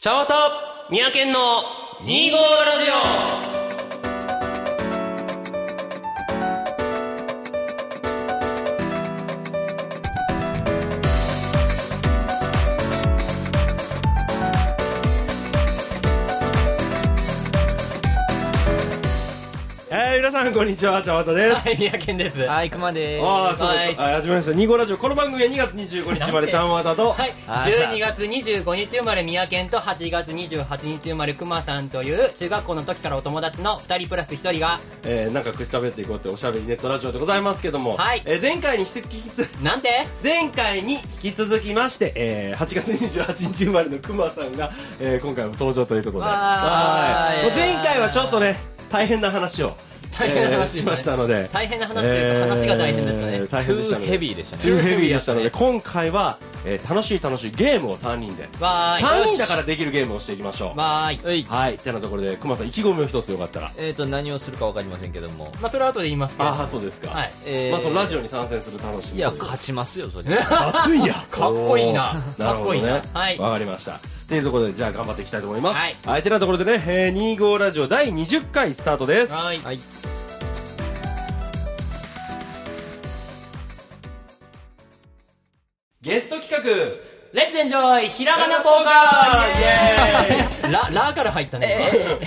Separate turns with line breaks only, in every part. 茶わた
三宅の
2号ラジオえー、皆さんこんにちは、茶わたです。
はい三宅ですは
はい、熊です。
ああ、そう
は
で
い
す。はい、始まりました。2号ラジオ。この番組は2月25日までちゃんわたと、
い
あー
12月25日生まれ三宅と8月28日生まれ熊さんという中学校の時からお友達の2人プラス1人が
えー、なんかくしたべっていこうっておしゃべりネットラジオでございますけども、
はい
えー前回に引き続き、
なんて
前回に引き続きまして、えー、8月28日生まれのくまさんが、えー、今回も登場ということで、
わー
はいもう
いやー
前回はちょっとね、大変な話を、
大変な
え
話
ーしましたので、
大変な話というか話が大変でしたね
えー大
ト
変で
ゥ
したの
ー
で
ヘビーでしたね。
トゥーヘビーでしたので、
ね
今回は、えー楽しい楽しいゲームを3人で、
わーい
3人だからできるゲームをしていきましょう。
わーい
はい。
はい、てなところで、熊さん、意気込みを一つよかったら。
えっ、ー、と、何をするかわかりませんけども。
まあそれは後で言いますけど
ああ、そうですか。
はい
えー、
まあ、そのラジオに参戦する楽しみ。
いや、勝ちますよ、それ。
熱いや。
かっこいいな
おー
かっこいいな
るほどね
はい
わかりました。っていうところで、じゃあ頑張っていきたいと思います。
はい
相手なところでね、えー、2号ラジオ第20回スタートです。
はーい
はい。
ゲスト企画
レッツエンジョイひらがな効果
イエーイ
ララから入ったね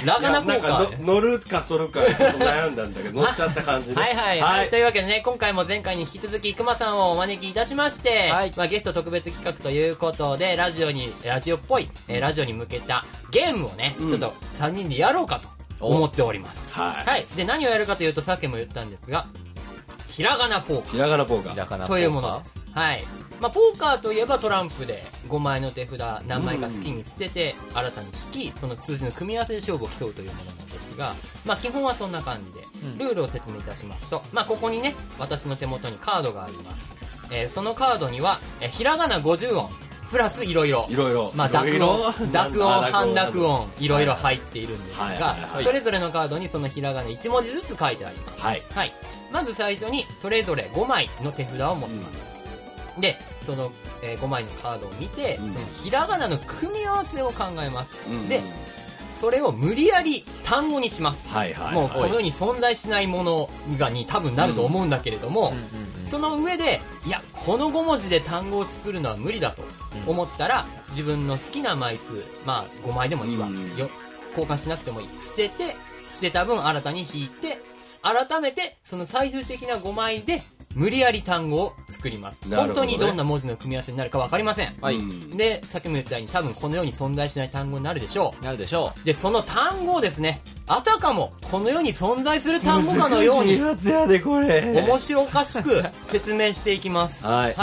今ラ
い
ガ
やな
ナ効
ん
果
かの乗るかそるかちょっと悩んだんだけ ど乗っちゃった感じで
はいはい、
は
はい、というわけでね今回も前回に引き続きくまさんをお招きいたしまして、
はい
まあ、ゲスト特別企画ということでラジオにラジオっぽい、えーラジオに向けたゲームをね、
うん
ちょっと3人でやろうかと思っております
はい
はいで何をやるかというとさっきも言ったんですがひらがなポーカ
ひらがなポーカ
ひ
ー
らかな
ーというものですはいまあ、ポーカーといえばトランプで5枚の手札何枚か好きに捨てて新たに引きその数字の組み合わせで勝負を競うというものなんですが、まあ、基本はそんな感じで
うん
ルールを説明いたしますと、まあ、ここにね私の手元にカードがあります、えーそのカードには、えーひらがな50音プラスいろいろ
いろいろ
まあ、濁
いろ
音
いろ、
濁音、半濁
は
音、いろいろ入っているんです
はい
が
はいはいは、い
それぞれのカードにそのひらがな1文字ずつ書いてあります。
い
はい。まず最初に、それぞれ5枚の手札を持ちます。で、その、え5枚のカードを見て、
うん
そのひらがなの組み合わせを考えます。
うん
でそれを無理やり単語にします。
はいはいはい
もうこの世に存在しないものがに多分なると思うんだけれども、
うんうん
その上で、いや、この5文字で単語を作るのは無理だと思ったら、自分の好きな枚数、まあ5枚でもいいわ。
うん
よ交換しなくてもいい。捨てて、捨てた分新たに引いて、改めて、その最終的な5枚で、無理やり単語を作ります。
なるほ
本
ど
当
ね
にどんな文字の組み合わせになるかわかりません。
はい
うん
で、さっきも言ったように多分この世に存在しない単語になるでしょ
うんなるでしょ
う。で、その単語をですね、あたかもこの世に存在する単語かのように
難しい、やつやでこれ
面白おかしく説明していきます。
はい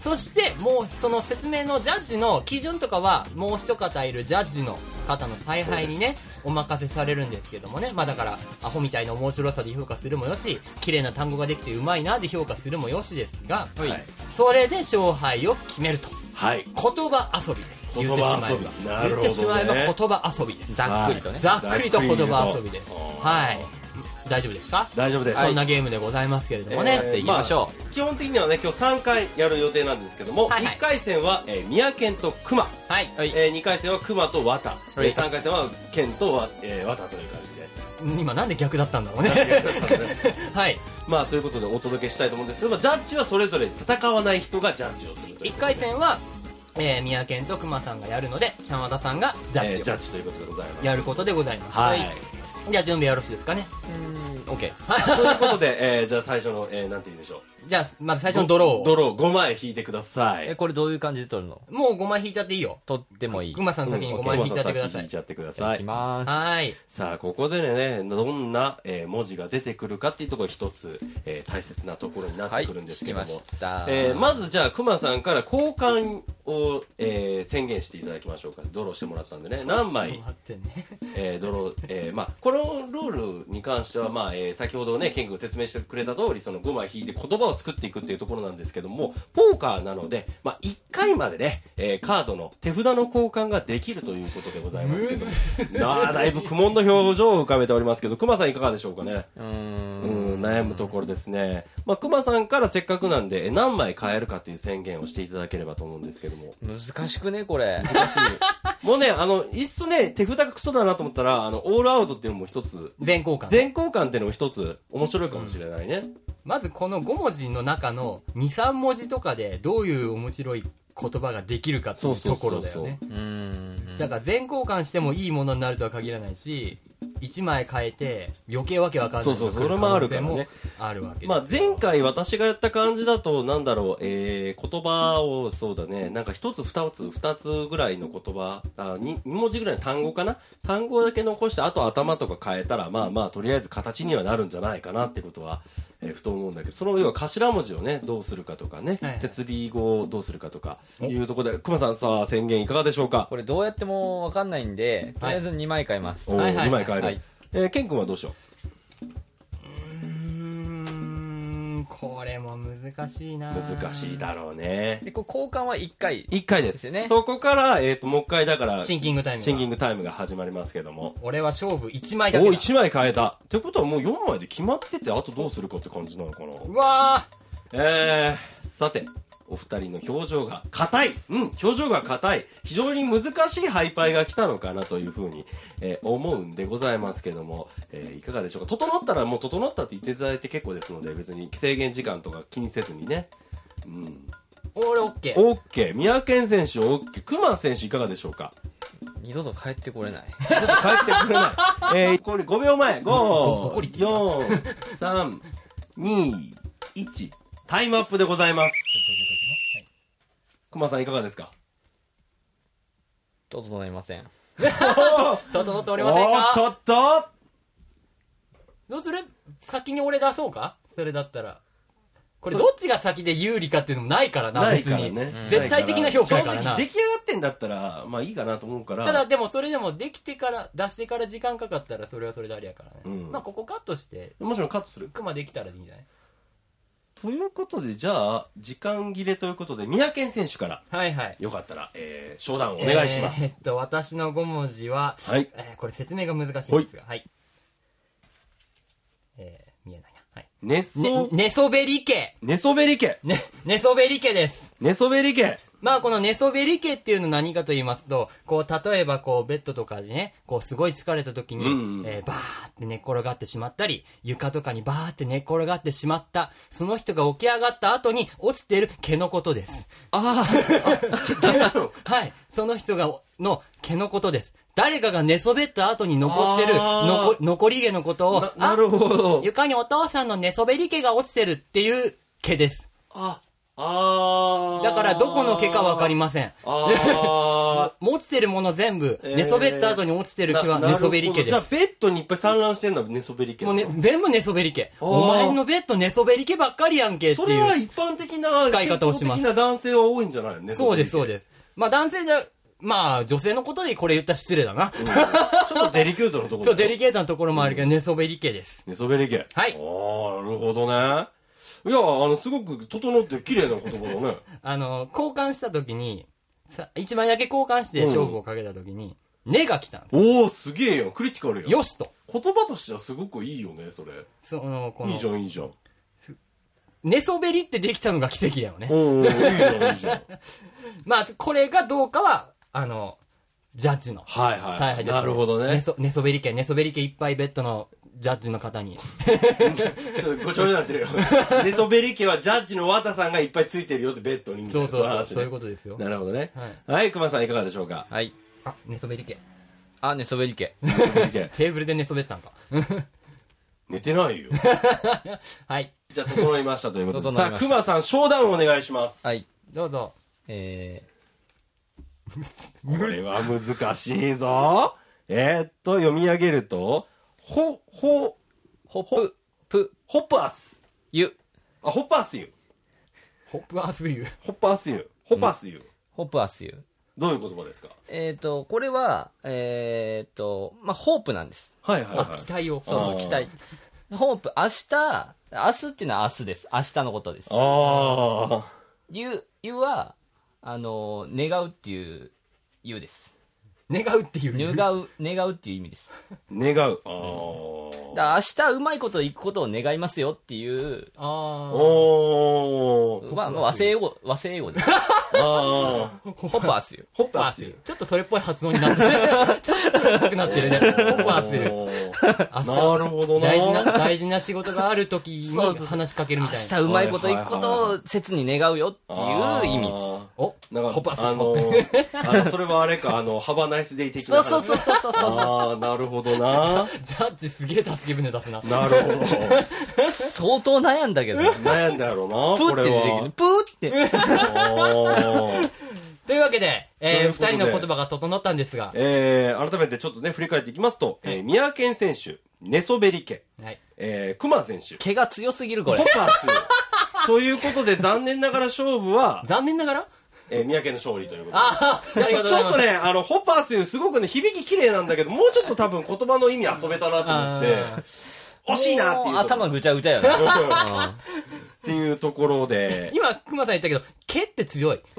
そして、もう、その説明のジャッジの基準とかは、もう一方いるジャッジの方の采配にね、お任せされるんですけどもね。まあだから、アホみたいな面白さで評価するもよし、綺麗な単語ができてうまいなで評価するもよしですが、
う。はい。
はい
それで勝敗を決めると。
はい
言葉遊びです。
言葉遊びなるほ
言っ
どね
てしまえば、言ってしまえば言葉遊びです。
ざっくりとね。
ざっくりと言葉遊びです
ざっくりと。
はい。大丈夫ですか
大丈夫です、
そんなゲームでございますけれどもね。
やっていきましょ
基本的にはね今日3回やる予定なんですけども、
はいはい
1回戦は、えー、宮健と熊、
はい。
う。はい。
えー、2回戦は熊と綿、
はい
えー、3回戦は健とわ、えー、綿という感じで
今なんで逆だったんだろうね。 はい。
まあということでお届けしたいと思うんですけど、まあ、ジャッジはそれぞれ戦わない人がジャッジをするという
1回戦は、えー、宮健と熊さんがやるので、ちゃんわたさんがジャ
えー
ッジ
ジ
を
ャッジということでございます
やることでございます。
はい、
じゃあ準備よろしいですかね。
オッケー。
ということで、えー、じゃあ最初の、えー、なんて言うんでしょう
じゃあ、まず最初のドローを。
ドロー5枚引いてくださ
え、
い
これどういう感じで撮るの
もう5枚引いちゃっていいよ。
撮ってもいい。
熊さん先に5枚引いちゃってく
熊
だ
さん先
さ
引い
い。
ちゃってくだ
さ
さ
いき
い
まーす。
はーい。
さあここでねどんな、えー文字が出てくるかっていうところが一つ、えー大切なところになっ
は
て
い。
くるんですけ
聞き
ども、
ました。
えーまずじゃあくまさんから交換を、えー宣言していただきましょうかドローしてもらったんでね何
ちょっと
枚、
待ってね。
えードロー、えーまあ、このルールに関しては、まあえー先ほどねケン君説明してくれた通りその5枚引いて言葉を作っていくっていうところなんですけどもポーカーなので、まあ、1回までね、えーカードの手札の交換ができるということでございますけどもなあだいぶ苦悶の表情を浮かべておりますけどくまさんいかがでしょうかね
うーん
うーん悩むところですね。まあ、熊さんからせっかくなんで、え何枚買えるかっていう宣言をしていただければと思うんですけども。
難しくね、これ。
もうね、あの、いっそね、手札がクソだなと思ったら、あの、オールアウトっていうのも一つ、
全交換。
全交換っていうのも一つ、面白いかもしれないね。
まずこの5文字の中の2、3文字とかでどういう面白い言葉ができるかっていうところだ
そうそう
よ
そう
う
ね。
ーん。
だから全交換してもいいものになるとは限らないし、1枚変えて余計わけわかんない
そうそうそれもあるからね
可能性もあるわけです
まあ、前回私がやった感じだと、なんだろう、えー、言葉を、そうだね、なんか一つ二つ、二つぐらいの言葉、あ二二文字ぐらいの単語かな単語だけ残して、あと頭とか変えたら、まあまあ、とりあえず形にはなるんじゃないかなってことは、えーふと思うんだけど、その要は頭文字をね、どうするかとかね、
はいはい
設備語をどうするかとか、いうところで、熊さんさあ、宣言いかがでしょうか
これどうやってもわかんないんで、とりあえず2枚買います。
おー、
は
はい
はいは
2枚
い
変える。
はい
えー、ケン君はどうしよ
うーんこれも難しいうな
難しいだろうね。
で、こう交換は1回。
1回です。
ですよね
そこから、えっ、と、もう一回だから、
シンキングタイムが
シンキングタイムが始まりますけども。
俺は勝負1枚だけだ
お、1枚変えた。ってことはもう4枚で決まってて、あとどうするかって感じなのかな。
うわ
えー、さて、お二人の表情が硬い。うん、表情が硬い。非常に難しいハイパイが来たのかなというふうに、えー思うんでございますけども、えーいかがでしょうか。整ったらもう整ったって言っていただいて結構ですので、別に制限時間とか気にせずにね。うん。
ー俺 OK
オッケー。三宅選手オッケー。熊選手いかがでしょうか
二度と帰ってこれない。
ちょっと帰ってくれ ない。えー、これ5秒前。
ごごこり
5、4、3、2、1。タイムアップでございます。熊さんいかがですか
整いません。
整ってお
お
りません
ーっと
か
っと
どうする先に俺出そうかそれだったらこれどっちが先で有利かっていうのもないからな
ない
別
から
に、
ね。
絶対的な評価やから
正
な
直出来上がってんだったら、まあいいかなと思うから。
ただでもそれでもできてから出してから時間かかったらそれはそれでありやからね、
うん
まあここカットして
もちろんカットする。
クマできたらいいんじゃない
ということで、じゃあ、時間切れということで、三宅選手から、
はいはい
よかったら、えー、商談をお願いします。
えーっと私の5文字は
はい。
えーこれ説明が難しいんですが、はい。えー、見えないな。はい。
寝そ
ね、、寝そべり家。
寝そべり家。
ね、寝そべり家です。
寝そべり家。
まあこの寝そべり家っていうの何かと言いますと、こう例えばこうベッドとかでね、こうすごい疲れた時に、
うんうん
えーバーって寝っ転がってしまったり、床とかにバーって寝っ転がってしまった、その人が起き上がった後に落ちてる毛のことです。
ああ、あ、なの。
はい。その人が、の毛のことです。誰かが寝そべった後に残ってる、の
あ
こ残り毛のことを、
ななるほど。
床にお父さんの寝そべり毛が落ちてるっていう毛です。
あ、あー
だからどこの毛かわかりません。
あ
もう落ちてるもの全部、
えー
寝そべった後に落ちて
ー
る毛は
ななる
寝
ほど
そべり毛で
じゃあ
す。
ベッドにいっぱい散乱してんだ、寝そべり毛。
もうね、全部寝そべり毛。
あー
お前のベッド寝そべり毛ばっかりやんけって
それはい一般的な、
使い方をしま
健康
す
的な男性は多いんじゃないのね。
う。そうです、そう
す。
です。まあ男性じゃ、まあ女性のことでこれ言ったら失礼だな。
ちょっとデリケートなところ。
そう、デリケートなところもあるけど、寝そべり毛です。
寝そべり毛。
はい
おー、なるほどね。いや、あの、すごく整って綺麗な言葉だね。
あの、交換した時に、さ一枚だけ交換して勝負をかけた時に、根が来たんで
おー、すげえよ。クリティカル
す。
よ。
よしと。
言葉としてはすごくいいよね、それ。
その、この
いいじゃん、いいじゃん。
寝そべりってできたのが奇跡だよね。
おー、いいじゃん、いいじゃん。
まあ、これがどうかは、あの、ジャッジの
はいはい。
采配です、
なるほど
寝
ね。
そ。寝そべり家、寝そべり家いっぱいベッドのジャッジの方に。
ちょっとごちゃごちゃになってるよ。寝そべり家はジャッジの和田さんがいっぱいついてるよってベッドにみたい
そう
な。
そう
い
そう、
話ね
そういうことですよ。
なるほどね。
はい。
はい、熊さんいかがでしょう か
はい。
あ、寝そべり家。
あ、寝そべり家。
テーブルで寝そべったんか。
寝てないよ。
はい。
じゃあ、整いましたというこ とで。
整
さ
い
あ、
ました
熊さん、商談をお願いします。
はい。
どうぞ。
え
これは難しいぞ。えーっと、読み上げると、ほ、ほ、
ー、ホップ、プ、
ホッパース。
ユ。
あ、ホッパースユ。
ホップアスユー。
ホッパースユ。ホッパースユ。
ホップアスユ。
どういう言葉ですか
えっ、と、これは、えっ、と、まあ、ホープなんです。
はいはい
あ
は、い
期。待を。
そうそ
あ
う、
ー
期待。ホープ、明日、明日っていうのは明日です。明日のことです。
あ
ゆ、ゆは、あの、願うっていう、ゆです。
願うっていう。
願う、願うっていう意味です。
ー。願う。あー。
だから明日うまいこといくことを願いますよっていう、
あー。
おー。
まあ、和製英語、和製英語 です。
あー。
ホッパーっすよ。
ホッ
ホッパ
パー
ーっ
っ
す
す
よ
よ。
ちょっとそれっぽい発音になって る。ちょっとそれっぽくなってるね。ホッパーっすよ。
おー
明日
なるほどな。
大事な、大事な仕事がある時 に
そうそうそう
話しかけるみ
明
たいな。
日うまいこといくことを切に願うよっていう意味で
あ
す。
お
ー。なん
ホッパ
か
ー、っすよ
あの
ホッパーっすよ
ー、あの、それはあれか、あの、ハバナイスデイ的な話。
そうそうそうそうそうそう。
あー、なるほどな。
ジャッジすげえ助け舟出すな。
なるほど。
相当悩んだけど。
悩んだやろうな、
プー
こ
って
れ
出てく
は。
る。プーって。
おー
というわけで、えー、
ということ
二
で
人の言葉が整ったんですが、
えー、改めてちょっとね、振り返っていきますと、えー、宮県選手、寝そべり家、
はい。
えー、熊選手、
毛が強すぎる、こ
ホ
れ。
パース。ということで、残念ながら勝負は、
残念ながら
えー、宮県の勝利ということで。
あー、ありがとうご
ち
ざい
ょ
ま
っ
す
と。ね、あの、ホッパースすごくね、響き綺麗なんだけど、もうちょっと多分言葉の意味遊べたなと思って、惜しいなっていう
もう
ところ。
頭ぐちゃぐちゃよ ね。
うんっていうところ で、
今、熊さん言ったけど、毛って強い。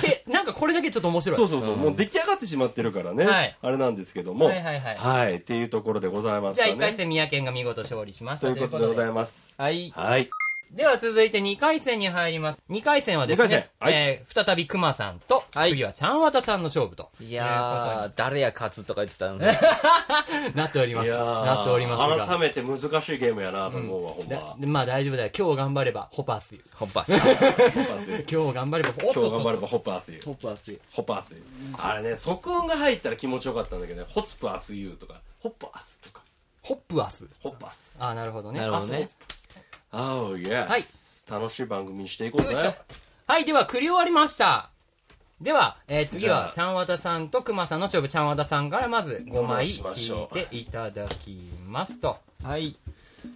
毛、なんかこれだけちょっと面白い。
そうそうそう、もう出来上がってしまってるからね、
はい
あれなんですけども、
はいはいはい
っていうところでございます
じゃ
か
あ
ね。
1回戦、宮県が見事勝利しました
ということでございます。
はい。
はい。
では続いて2回戦に入ります。2回戦はです
二回
ね
戦、はい
えー再び熊さんと、
はい
次はちゃんわたさんの勝負と。
い
いうこ
やー、誰や勝つとか言ってたのね。
とになっております。
いやー
なっておりますが。
改めて難しいゲームやなと思うわ、ほんま。
だでまあ大丈夫だよ。今日頑張れば、ホパースユ。
ホッパーっす。
ホッパースユ
今日頑張れば、
今
今
日頑張れ ばホッパースユ
ホッパーっす。
ホッパースユあれね、即音が入ったら気持ちよかったんだけどね、ホツプアスユとか、ホッパースとか、
ホップアス。
ホッパース。
ああ、なるほどね。
なる
あ
ほ
そ
ど
う
ね。
あおいや。
はい。
楽しい番組にしていこう
よいしょ
ね。
はい、では、繰り終わりました。では、えー次は、ち
じ
ゃんわたさんとくまさんの勝負、ちゃんわたさんからまず5枚
どうしまし
引
ょう
いていただきますと。
はい。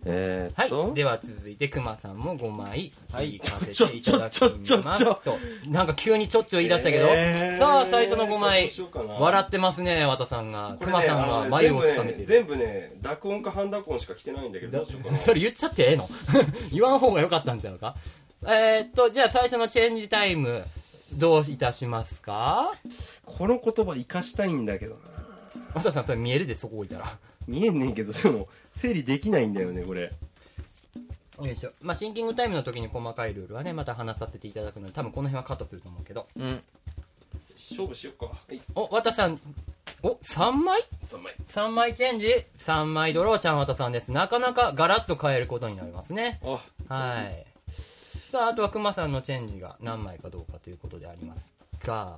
えー
は
っと
い、では続いてくまさんも5枚引いかせ
ちょ
てい
ち
た
ょ
だき
ちょちょ
ま
ち
す
ょ
と。なんか急にちょっちょ言い出したけど、
えー
さあ、最初の5
ど
枚
うしようかな、
笑ってますね、わたさんが。
こ
く
れ
ま
ね
さん
あの
が
ね
眉をしかめてる。
全部ね、全部ね、濁音か半濁音しか来てないんだけど、どうしようかな。
それ言っちゃってええの 言わん方が良かったんちゃうかえー、っと、じゃあ最初のチェンジタイム、どういたしますか
この言葉生かしたいんだけどな。
わたさん、それ見えるで、そこ置いたら。
見えんねんけど、その、整理できないんだよね、これ。
よいしょ。まあ、シンキングタイムの時に細かいルールはね、また話させていただくので、多分この辺はカットすると思うけど。
うん。
勝負しよっか。はい、
お、わたさん、お、3枚
3枚。
3枚チェンジ3枚ドローちゃんわたさんですなかなかガラッと変えることになりますね
あ、
はいさああとはくまさんのチェンジが何枚かどうかということでありますが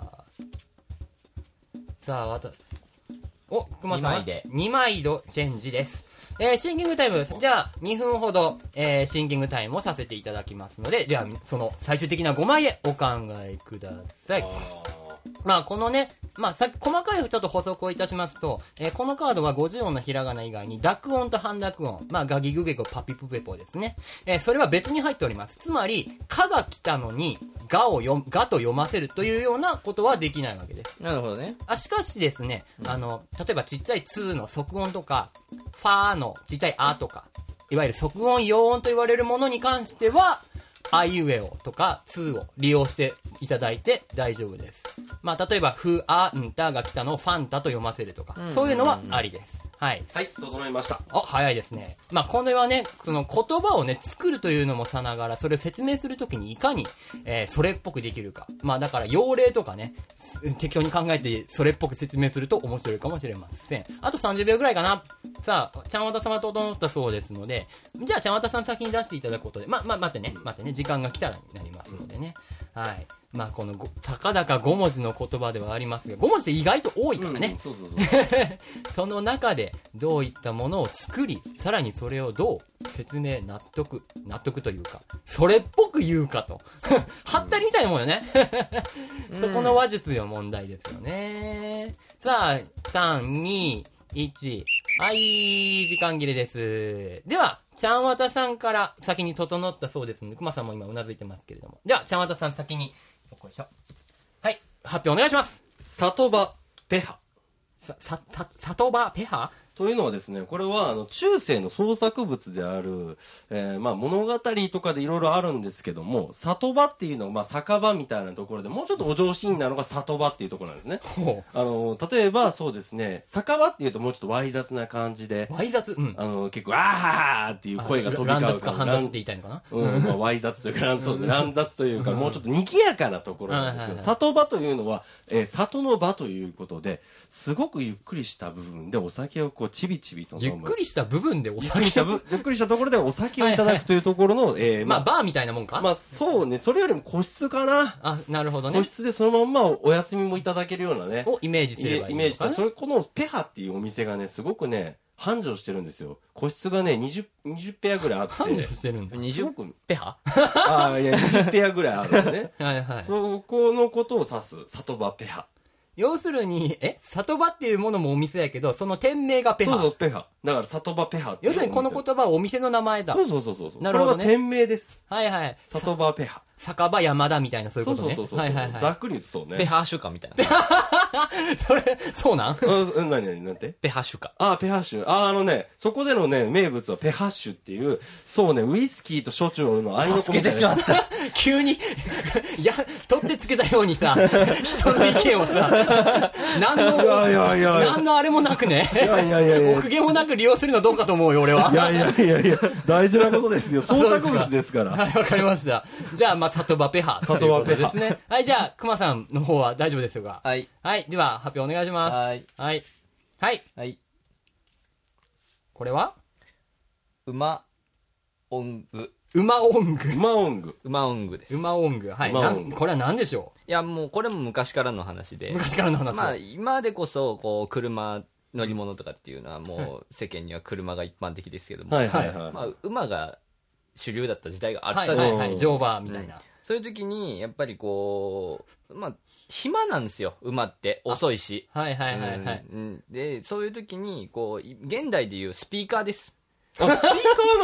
さあわたおくまさ
二
ん
枚で
2枚ドチェンジですえーシンキングタイムじゃあ2分ほど、えーシンキングタイムをさせていただきますのでではその最終的な5枚へお考えください
あ
まあこのね、まあさっき細かいちょっと補足をいたしますと、えーこのカードは50音のひらがな以外に濁音と半濁音、まあガギグゲゴパピプペポですね。えーそれは別に入っております。つまり、かが来たのに、がを読む、がと読ませるというようなことはできないわけです。
なるほどね。
あしかしですね、あの、例えばちっちゃい2の即音とか、ファーのちっちゃいあとか、いわゆる即音、陽音と言われるものに関しては、あいうえおとか、2を利用していただいて大丈夫です。まあ、例えば、ふ、あ、んたが来たのをファンタと読ませるとか、そういうのはありです。はい。
はい、整いました。
あ、早いですね。まあ、これはね、その言葉をね、作るというのもさながら、それを説明するときにいかに、えーそれっぽくできるか。まあ、だから、用例とかね、す適当に考えて、それっぽく説明すると面白いかもしれません。あと30秒ぐらいかな。さあ、ちゃんわた様と整ったそうですので、じゃあ、ちゃんわたさん先に出していただくことで、まあ、まあ、待ってね、待ってね、時間が来たらになりますのでね。はい。まあ、このご、たかだか5文字の言葉ではありますが、5文字って意外と多いからね。
うんそうそうそう。
その中でどういったものを作り、さらにそれをどう説明、納得、納得というか、それっぽく言うかと。 はったりみたいなもんよね。 そこの話術の問題ですよね。さあ、3、2、1。はい、時間切れです。では、ちゃんわたさんから先に整ったそうですので、くまさんも今うなずいてますけれども。では、ちゃんわたさん先に、よっこいしょ。はい、発表お願いします。
里場、ペハ。
さ、さ、さ、里場ペハ
というのはですね、これはあの中世の創作物である、えーまあ、物語とかでいろいろあるんですけども、里場っていうのは、まあ、酒場みたいなところで、もうちょっとお上品なのが里場っていうところなんですね。
ほ
あの、例えばそうですね、酒場っていうともうちょっとわい雑な感じで
う。、わい雑うん。
あの、結構、あーっていう声が飛び
乱
交
雑
う
か
か
煩雑って言いたいのかな
うん、まあ、わい雑というか、乱そう乱雑というか、もうちょっと賑やかなところなんですけど、里場というのは、えー里の場ということで、すごくゆっくりした部分でお酒をこう、ちびちびと
ゆ
飲
っ
む。
くりした部分でお
ゆっくりし
酒
た
を
ぶ、ゆっくりしたところでお酒をいただくというところの、えー
まあ、
ま
バーみたいなもんか、
あ、まあ、そうね、それよりも個室かな。
あ、なるほどね
個。室でそのまんまお休みもいただけるようなね。
をイメージす
イメ
ればいい
イ
の
メージした
かな
それこのペハっていうお店がねすごくね繁盛してるんですよ個室がね 20, 20ペアぐらいあって
繁盛してるんだ。
すご
20
く
ペハ
あーいや20ペアぐらいあるんですね
はいはい。
そこのことを指す里場ペハ
要するに、え里場っていうものもお店やけど、その店名がペ
そうそ
ハ。
うペハだから里場ペハっていう
要するにこの言葉はお店の名前だ
そ。うそうそうそう
なるほどね
これは店名です
はいはい。
里場ペハ
酒場山田みたいなそういう
そ
こ
う
と
そうそう。そ
ね
う、
はいはい
ざ
は
っくり言うとそうね
ペハシュカみたいな。
い。それ、そうなん
うんうん何何なんて
ペハシュカ。
ああ、ペハッシュ。ああ、あのね、そこでのね、名物はペハッシュっていう、そうね、ウイスキーと焼酎の合いの子みたいな。
助けてしまった。
急に、 いや、取ってつけたようにさ、人の意見 をさ、何の、
いやいやいやいや
何のあれもなくね、
いやいやいやいや
お。苦言もなく利用するのどうかと思うよ、俺は。
いやいやいやいや、大事なことですよ。創作物ですから。
はい、わかりました。じゃあ、まあ、里場ペハ。
里場ペハ
ということですね。はい、じゃあ、熊さんの方は大丈夫ですが。
はい。
はい、では、発表お願いしま
はい。
す。はい。はい、
はい。
これは
馬、音具。
馬音具。
マオング。
馬音具です。
馬音具。はい。
馬
な
音具
んこれは何でしょ
いや、もうこれも昔からの話で
う。昔からの話。
まあ、今でこそ、こう、車、乗り物とかっていうのはもう世間には車が一般的ですけども、
はいはいはい
まあ、馬が主流だった時代があった
は
じゃ
い
な
はいい
ですか
は
うん
い。乗馬みたいな。
そういう時にやっぱりこうまあ暇なんですよ馬って遅いし
はいはいはいはい。
うんうんでそういう時にこうい現代でいうスピーカーです
あ、スピーカ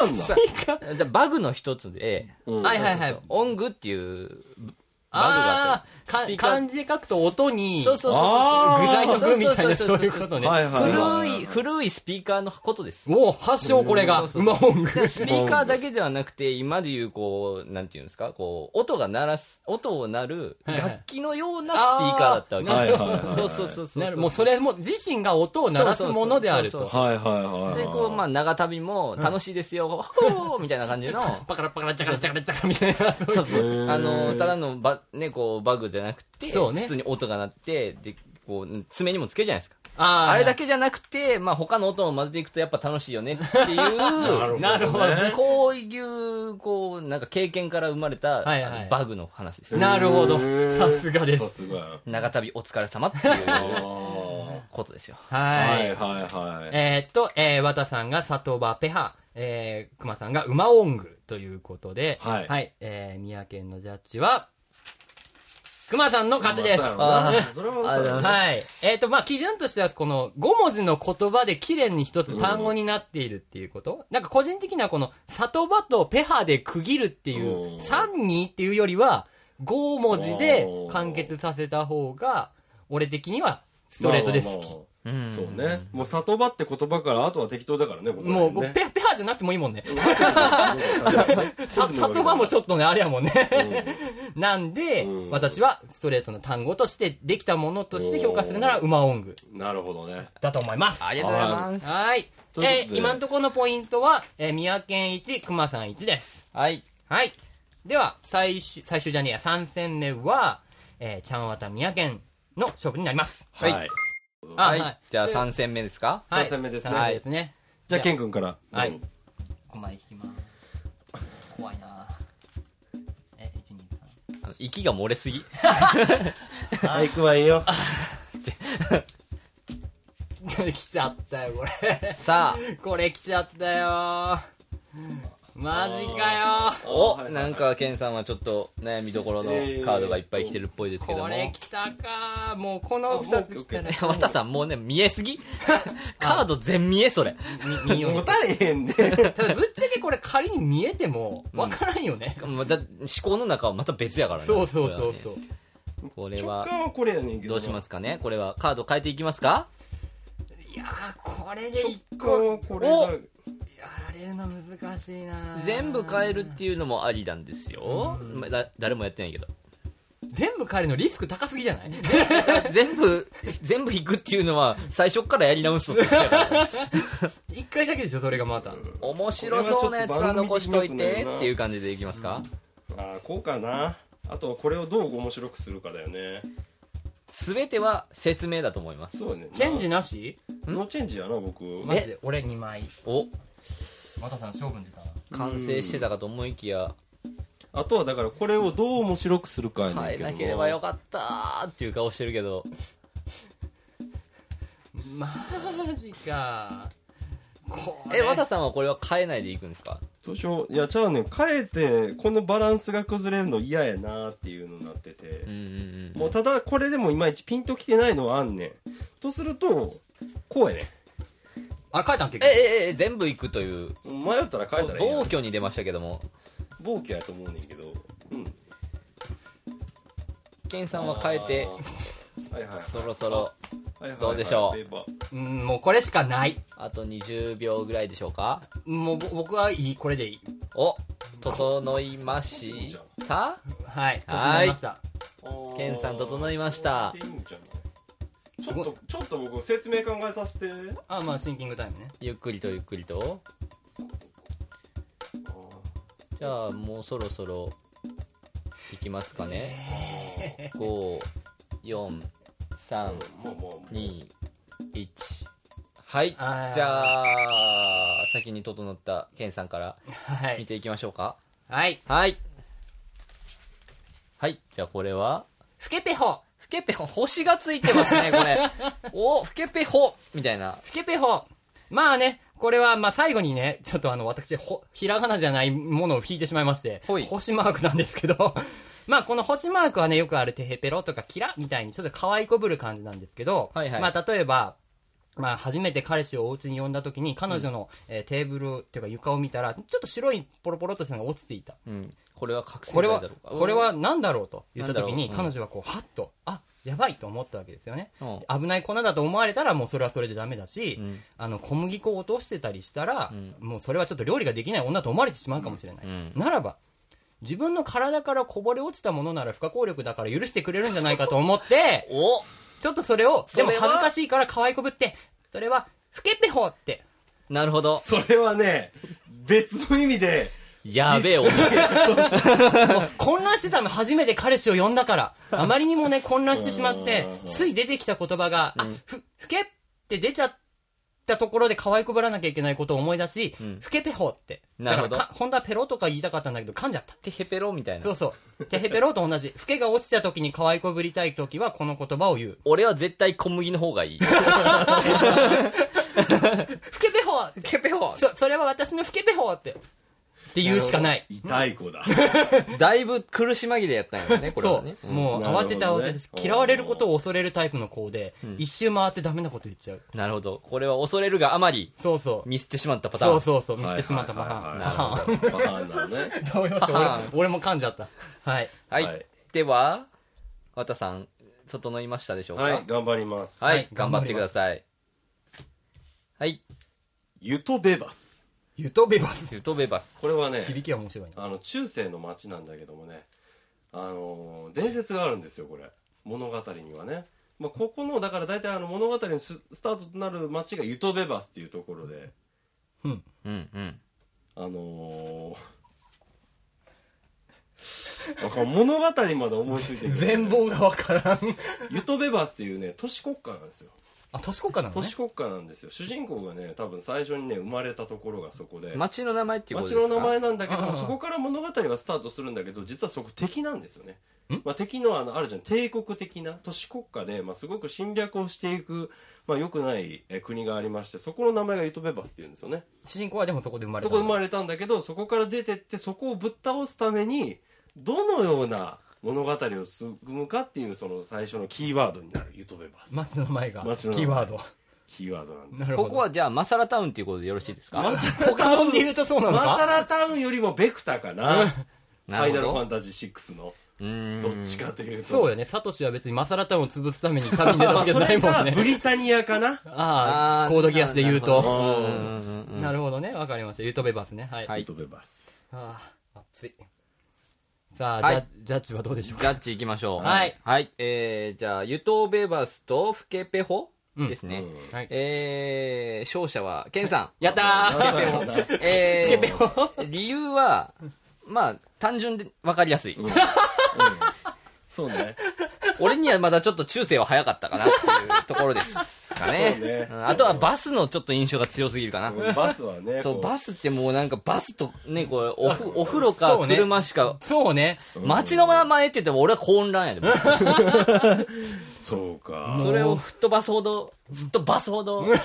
ーなんだ。
じゃあバグの一つで、
うん
はいはいはい
そうそう音具っていうバグがあっ
あ
て
あ
スピー
ー、
カ
か
ー
漢字で書くと音に、
そうそうそう
あ
具材
ー
と具みたいなそういうことね。
はいはいはい
古い古いスピーカーのことです
もう発祥これが
うん、そうそ
馬
う
音具。
でスピーカーだけではなくて今でいうこうなんていうんですかこう音が鳴らす音を鳴る
はいはい
楽器のようなスピーカーだったわけです、
はいはいはい
そうそうそうそう
なるもうそれも自身が音を鳴らすものである
そうそう
と。
はいはいはいはい。
で、こう、まあ、長旅も楽しいです よ、ほーみたいな感じの、
パカラパカラチャカラチャカラチャカラみたいな。
そうそ
へ
う、
ー
あの、ただのバ、ね、こう、バグじゃなくて、
そうね
普通に音が鳴って、で、こう、爪にもつけるじゃないですか。
あー
あれだけじゃなくて、まあ、他の音を混ぜていくとやっぱ楽しいよねっていう、
なるほどね。
こういう、こう、なんか経験から生まれた
はいはい、
バグの話です。
なるほど
へー
さすがです
さすが。
長旅お疲れ様っていう
あー
ことですよ。
は
はいい。はいはい。
えーっと、えー、和田さんが里場ペハ、えー、熊さんが馬音具ということで、
はい
えー、宮県のジャッジは、熊さんの勝ちです。は
まあ
あー
そうやろうなそれはそうやろうな。
い。えーっと、まあ、基準としては、この5文字の言葉で綺麗に一つ単語になっているっていうこと、なんか個人的にはこの里場とペハで区切るっていうう、
ん
3、2っていうよりは、5文字で完結させた方が、俺的にはストレートで好き。
まあまあまあ
ん
そうね。もう里場って言葉から、あとは適当だからね、ここら
もう、
辺ね
ペハペハじゃなくてもいいもんね。さ、
里
里場もち
ょっ
ょっとね、あれやもんね。なんで、
うん
私はストレートの単語として、できたものとして評価するなら、馬音具
と。なるほどね。
だと思います。
ありがとうございます。
はい。
ということ
え
で
ー今のところのポイントは、えー、宮県1、熊さん1です。
はい。
はい。では、最終、最終じゃねえや、3戦目は、えー、ちゃんわた宮県の勝負になります。
はい
はい。
あ
はい。じゃあ
という
3戦目ですか
はい
三戦目ですね
三戦目ですね。
じゃあ、ケン君から。
はい
どうぞ。
5枚引きます。怖いなえ、1、2、3。
あの息が漏れすぎ。
はい、行くわよ。
来ちゃったよ、これ。
さあ、
これ来ちゃったよ。マジか
お、
はい
なんかケンさんはちょっと悩みどころのカードがいっぱい来てるっぽいですけ
よ。
ど
こ
も。
れ来たか。もうこの2つ来 たら。
和田さんもうね、見えすぎ カード全見え、それ。
み見ように
持
した
れへんね。
ただぶっちゃけこれ仮に見えても、わからんよね。
また、思考の中はまた別やからね。
そうそうそうそう。
これ
直
はね。これは、
感はこれやねんけど。
どうしますかねこれは、カード変えていきますか
いいやーこれで
直
一
感
個
はこれ
お
だ
やられるの難しいな
全部変えるって
いう
いうのもありなんですよ、まあだ誰もやってないけど
全部変えるのリスク高すぎじゃない
全部全部引くっていうのは最初からやり直すのと一緒やから
一回だけでしょそれがまた、
面白そうなやつは残しといてっていう感じでいきますか、
ああこうかなあとはこれをどう面白くするかだよね
全ては説明だと思います
そうね
チェンジなし
まあノーチェンジやな僕
マジで俺2枚
お
またさん勝負に出たな
完成してたかと思いきや
あとはだからこれをどう面白くするかやねん
変え
けど
なければよかったーっていう顔してるけど
マジかこれ
え和田さんはこれは変えないでいくんですか
どうしよういやじゃあね変えてこのバランスが崩れるの嫌やなっていうのになってて
うん、うんうん
もうただこれでもいまいちピンときてないのはあんねんとするとこうやね
あ書いたん結
え
局
えええ全部いくという
迷ったら変えたらいいや
暴
ん
挙に出ましたけども
暴挙やと思うねんけどうん
健さんは変えて
あーはいはい
そろそろ
はいはいはい
どうでしょう
ペーパー
うんもうこれしかない
あと20秒ぐらいでしょうか
もうぼ僕はいいこれでいい
お整いました
はい
は
整
い
いました
ケンさん整いました
いいんじゃないちょっとちょっと僕説明考えさせて
あまあシンキングタイムね
ゆっくりとゆっくりとじゃあもうそろそろいきますかね54321
もうもう
はいじ
あー
ゃあ先に整ったケンさんから
は
見
い
ていきましょうか
はい
はいはいじゃあこれは
ふけぺほ
ふけぺほ、星がついてますね、こ れ。お、ふけぺほみたいな。
ふけぺほまあねこれはまあ最後にねちょっとあの私ほひらがなじゃないものを引いてしまいまして
ほい
星マークなんですけど まあこの星マークはねよくあるテヘペロとかキラみたいにちょっと可愛いこぶる感じなんですけど、
はいはい
まあ例えばまあ、初めて彼氏をお家に呼んだ時に彼女の、えーテーブルっていうか床を見たらちょっと白いポロポロっとしたのが落ちていた
うん。これは覚醒
これは
剤だろうか
これは、何だろうと言った時に
なんだろううん
彼女はこうはっとあやばいと思ったわけですよね
うん
危ない粉だと思われたらもうそれはそれでダメだし、
うん
あの小麦粉を落としてたりしたら、
うん
もうそれはちょっと料理ができない女と思われてしまうかもしれない、
うん
ならば自分の体からこぼれ落ちたものなら不可抗力だから許してくれるんじゃないかと 思って
お
ちょっとそれを
それは
でも恥ずかしいから可愛こぶってそれは「ふけぺほ」って
なるほど。
それはね別の意味で
やべえ、お前
混乱してたの初めて彼氏を呼んだから、あまりにもね、混乱してしまって、つい出てきた言葉が、あ、ふ、ふけって出ちゃったところで可愛くぶらなきゃいけないことを思い出し、
ん
ふけペホって。
なるほど
だからか、本当はペロとか言いたかったんだけど、噛んじゃった。
てへぺろみたい
そ
な
う。そう。てへペロと同じ。ふけが落ちた時に可愛くぶりたい時は、この言葉を言う。
俺は絶対小麦の方がいい。
ふけペホって
けぺほ
そ、それは私のふけペホって。って言うしかない。
痛い子だ
だいぶ苦し紛れやったんよね、これは
そ
ね。
う。もう、
なるほどね
慌てて慌てて、嫌われることを恐れるタイプの子で、一周回ってダメなこと言っちゃう。
なるほど。これは恐れるがあまり、
そうそう。
見捨てしまったパターン。
そうそうそう、見
は
つ
い
けてしまったパター
はい
ン。
はい
パターン。
パターンなのね
動揺して
パターン
俺俺も噛んじゃった。はい。
はい。
はい
では、和田さん、整いましたでしょうか
はい頑張ります
はい
はい
頑張ってください。はい。
ゆとべばす
ゆとべばす。
ゆとべばす。
これはね
響きは面白いな。
あの中世の町なんだけどもねあのー伝説があるんですよこれ物語にはね、まあ、ここのだから大体あの物語のススタートとなる町がユトベバスっていうところで
うん。
うんうん。
あのーなんか物語まで思いついてる
全貌がわからん。
ユトベバスっていうね都市国家なんですよ
あ、都市国家なの
都
ね
市。国家なんですよ主人公がね多分最初にね生まれたところがそこで
町の名前っていうこと
町
ですか
の名前なんだけど
うん
も
うん
そこから物語はスタートするんだけど実はそこ敵なんですよね、まあ、敵のあのあるじゃん帝国的な都市国家で、まあ、すごく侵略をしていく、まあ、良くないえ国がありましてそこの名前がユトベバスっていうんですよね
主人公はでもそこで生まれた。
そこ生まれたんだけどそこから出てってそこをぶっ倒すためにどのような物語を進むかっていうその最初のキーワードになるユトベバス、
町の名前が。キ
町の名前
ーワード。
キーワードなんで
なるほ
こ
ど。
こはじゃあマサラタウンっていうことでよろしいですか
マサ
ポケモンで言うとそうなの
マサ
か
ラタウンよりもベクタかなフ
な
ァイ
る
ナ
ほ
ル
ど
ファンタジー6の
うん
どっちかというと。
そうよね。サトシは別にマサラタウンを潰すために旅に出た
ま
わ
あ、
け
そ
じゃない
れ
もん
が
ね。
ブリタニアかな。
ああ、コードギアスで言う
なる
と。
ほど
なるほどね。わかりました。ユートベバスね。はい。
はい
とべます。
ああ、熱い。さあ、
はい
ジャッジャッジはどうでしょう
ジ
か
ャッジいきましょう。
はい。
はい。えー、じゃあ、ユトベバスとフケペホ
うん
ですね。
うん
はい。
えー、勝者は、ケンさん。
やったー
なるほどな
え
ペペホ
ー、理由は、まあ、単純で分かりやすい。
そうね。
俺にはまだちょっと中世は早かったかなっていうところですか ね。
そうね
うんあとはバスのちょっと印象が強すぎるかな。
バスはね。
そう、バ
ス。
スってもうなんかバスとね、これ、おふお風呂
そ
か
うね
車しか、
そうね。
街の名前って言っても俺は混乱やで。もう
そうか。
それを吹っ飛ばすほど、ずっとバスほど
バ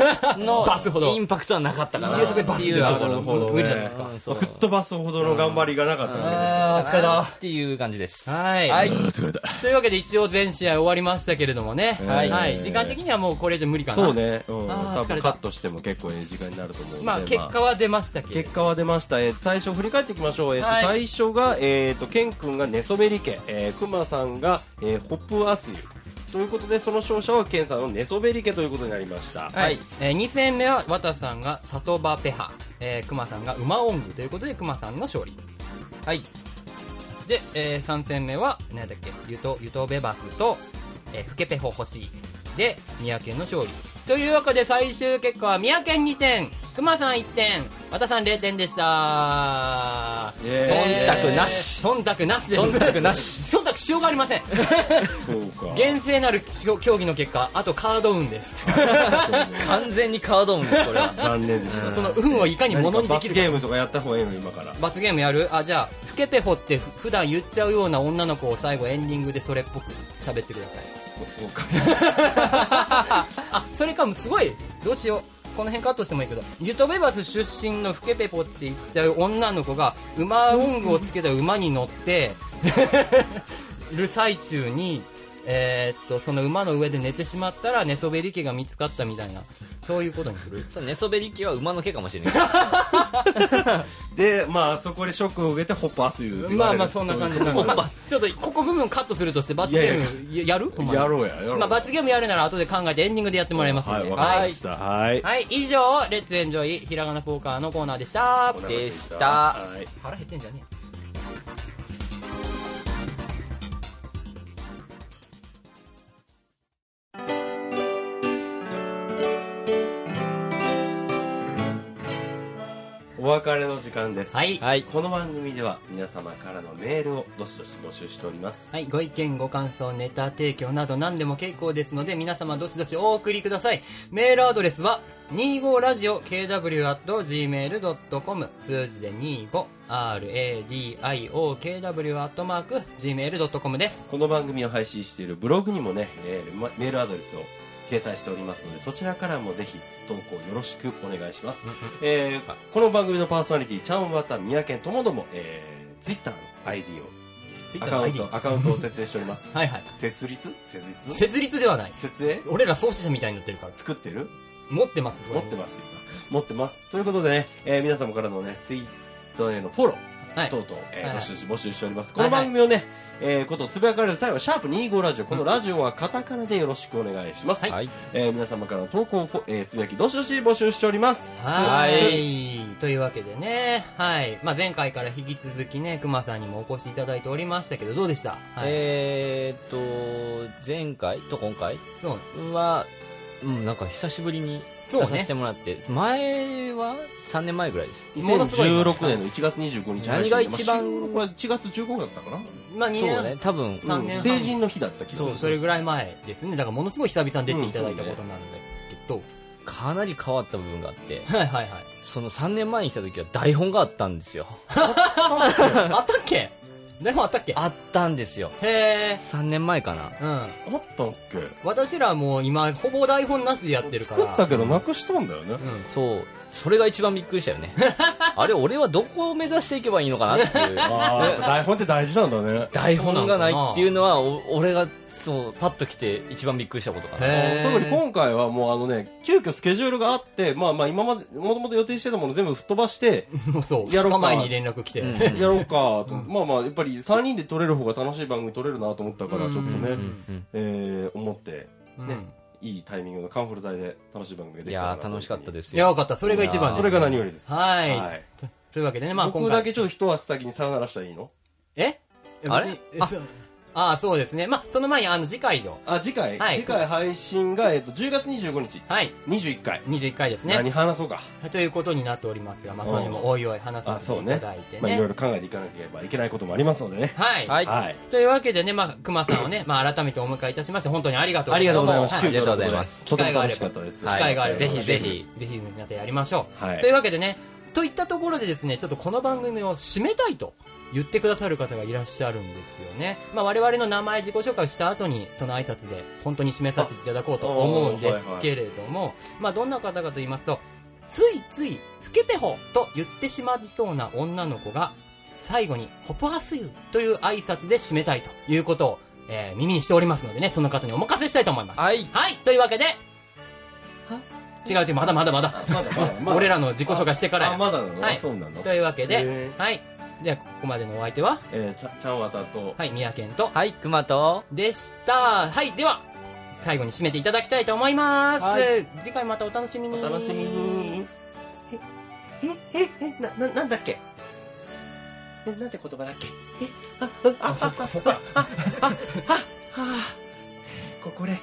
スほ
の
ど
インパクトはなかったかな。
言うとけバ
っ
ス
てい
で
う
は
とこ
な
ろ
るほどね
無理だった
う
か。
んそう
吹っ飛ばすほどの頑張りがなかったわけですね
ああ、お疲れだ。
っていう感じです。
はい。
はい。
疲れた。
というわけで一応全試合終わりましたけれどもね。
はい
はい。時間的にはもうこれ以上無理かな。
そう。ね。うん。
あー
多
疲れ
分
た
カットしても結構ええ時間になると思うので。
まあ結果は出ましたけど。
結果は出ました、えー最初振り返っていきましょう、えーと
は
最
い
初が、えー、とケン君が寝そべり家、えー、クマさんが、えーホップアスユということでその勝者はケンさんの寝そべり家ということになりました
はい、えー、2戦目は綿さんが里場ペハ、えー、熊さんが馬音具ということで熊さんの勝利
はい。
で、えー、3戦目は何だっけゆとゆとベバスと、えー、フケペホ欲しいで宮県の勝利というわけで最終結果は宮県2点熊さん1点綿さん0点でした
イエ
ーイ忖度なし
忖度なしです
忖度なし
忖度しようがありませ ん
そうか。
厳正なる競技の結果あとカード運です
完全にカードオンです、これは
残念でした、
その運をいかにも
何か
のにで
罰
きるか
ゲームとかやった方がいいの今から
罰ゲームやるあじゃあふけぺほってふ普段言っちゃうような女の子を最後エンディングでそれっぽく喋ってください
そうか
あそれかもすごいどうしようこの辺カットしてもいいけどユトベバス出身のふけぺぽって言っちゃう女の子が馬音具をつけた馬に乗って る最中にえーっとその馬の上で寝てしまったら寝そべり家が見つかったみたいなそういうことにする
そう寝そべり機は馬の毛かもしれな い。
でまあそこでショックを受けてホップアスユって言われ
まあ
る
まあそんな感じ
そう
ないん
う
で
こと
まあちょっとここ部分カットするとして罰ゲームややるほんまに
やろうややろう
まあ、罰ゲームやるなら後で考えてエンディングでやってもらいますの
はい
で、
わ
は
か
い
りましたはい、
はい以上「レッツエンジョイひらがなポーカー」のコーナーでした
お腹すい
でした
はい
腹減ってんじゃね
お別れの時間です
えはい、はい
はい。
この番組では皆様からのメールをどしどし募集しております
ご意見ご感想ネタ提供など何でも結構ですので皆様どしどしお送りくださいメールアドレスは 25radio.kw.gmail.com 数字で 25radioKW.gmail.com です
この番組を配信しているブログにもね、えーまメールアドレスを掲載しておりますので、そちらからもぜひ投稿よろしくお願いします。えーこの番組のパーソナリティ、ちゃんわたみやけんともども、えー、ツイッターの ID を、アカウント、アカウントを設営しております
。はいはい
設立設立
設立ではない
設営
俺ら創始者みたいになってるから
作ってる
持ってます
持ってます、今。持ってます。ということでね、えー皆様からのね、ツイートへのフォロー、
はい
等々、えー
はいはい
どしどし募集しております。こ
はいは
の
い
番組をね、えーことをつぶやかれる際は、シャープ25ラジオ、このラジオはカタカナでよろしくお願いします。
はい
はい。
えー皆様からの投稿をフォ、えーつぶやき、どしどし募集しております。
はい
は
というわけでね、はい。まあ、前回から引き続きね、熊さんにもお越しいただいておりましたけど、どうでしたはい。
えーっと、前回と今回
そう
は、うん、なんか久しぶりに
そ
出
うね
させてもらって、前は3年前ぐらいでし
ものすごい
2016年の1月25日配信で
何が一番
まあ収録は1月15だったかな
まあ、
た。
2
そう
年、
ね、多分。
3年
うん
半
成人の日だった気がす
そ
る。
う、それぐらい前ですね。だから、ものすごい久々に出ていただいたことになるんだけど、
かなり変わった部分があって、
はいはい はい。
その3年前に来た時は台本があったんですよ。
あったっけでもあったっけ
あったんですよ。
へえ。
3年前かな。
うん。
あったっけ
私らもう今、ほぼ台本なしでやってるか
作った
ら。
けどなくしたんだ よね。
うん。
そう。それが一番びっくりしたよね。 あれ、俺はどこを目指していけばいいのかなっていう。
ああ、台本って大事なんだね。
台本がないっていうのは、お俺がそうパッと来て一番びっくりしたことかな
へー
特に今回はもうあのね急遽スケジュールがあってまあまあ今までもともと予定してたもの全部吹っ飛ばして
もう そう
やろ
2
うか
日前に連絡来て、
う ん
やろうかと、まあまあやっぱり3人で撮れる方が楽しい番組撮れるなと思ったからちょっと
うん
ね、
うん
うん
えー思って
うん
ねいいタイミングのカンフル剤で楽しい番組が
うん
で
い
きたな
や
と
ー楽しかったです
いや
よ
分かったそれが一番
それ
です
が何よりです
はいというわけでねまあ今
僕
回
だけちょっと一足先にさよならしたらいいの
え
あれ
ああーそうですねまあその前にあの次回の
あ次回、
はい
次回配信が、えっと10月25日
はい
21回、
21回です
何
ね
話そうか、
ということになっておりますがまあそれにもおいおい話させていただいて
まあ、いろいろ
ね
考えていかなければいけないこともありますのでね
はい、
はい
はい
というわけでね、まあ、熊さんをね、まあ、改めてお迎えいたしまして、本当にありがとう
ありがとうございま
は
す
ありがとうございます
とても楽しかったです、
機会があれ
はい
ば、
ぜひぜひ
ぜひみんなでやりましょう。
はい
というわけでね、といったところでですね、ちょっとこの番組を締めたいと言ってくださる方がいらっしゃるんですよね。まあ、我々の名前自己紹介をした後に、その挨拶で本当に締めさせていただこうと思うんですけれども、まあ、どんな方かと言いますと、ついつい、ふけぺほと言ってしまいそうな女の子が、最後に、ホプハスユという挨拶で締めたいということを、えー耳にしておりますのでね、その方にお任せしたいと思います。
はい
はい、というわけで、違う違う、まだまだまだ。
まだまだまだ
俺らの自己紹介してから
あ
や。
まだなの、
はい
そうなの
というわけで、
え
はい。じゃあ、ここまでのお相手は、
ーえーちゃちゃんわたと
はい、宮健と、
はい熊と
でした。はい、では、最後に締めていただきたいと思います。
は
次回またお楽しみに。
お楽しみにええええなななんだっけえなんて言葉だっけえあああああああああああここれ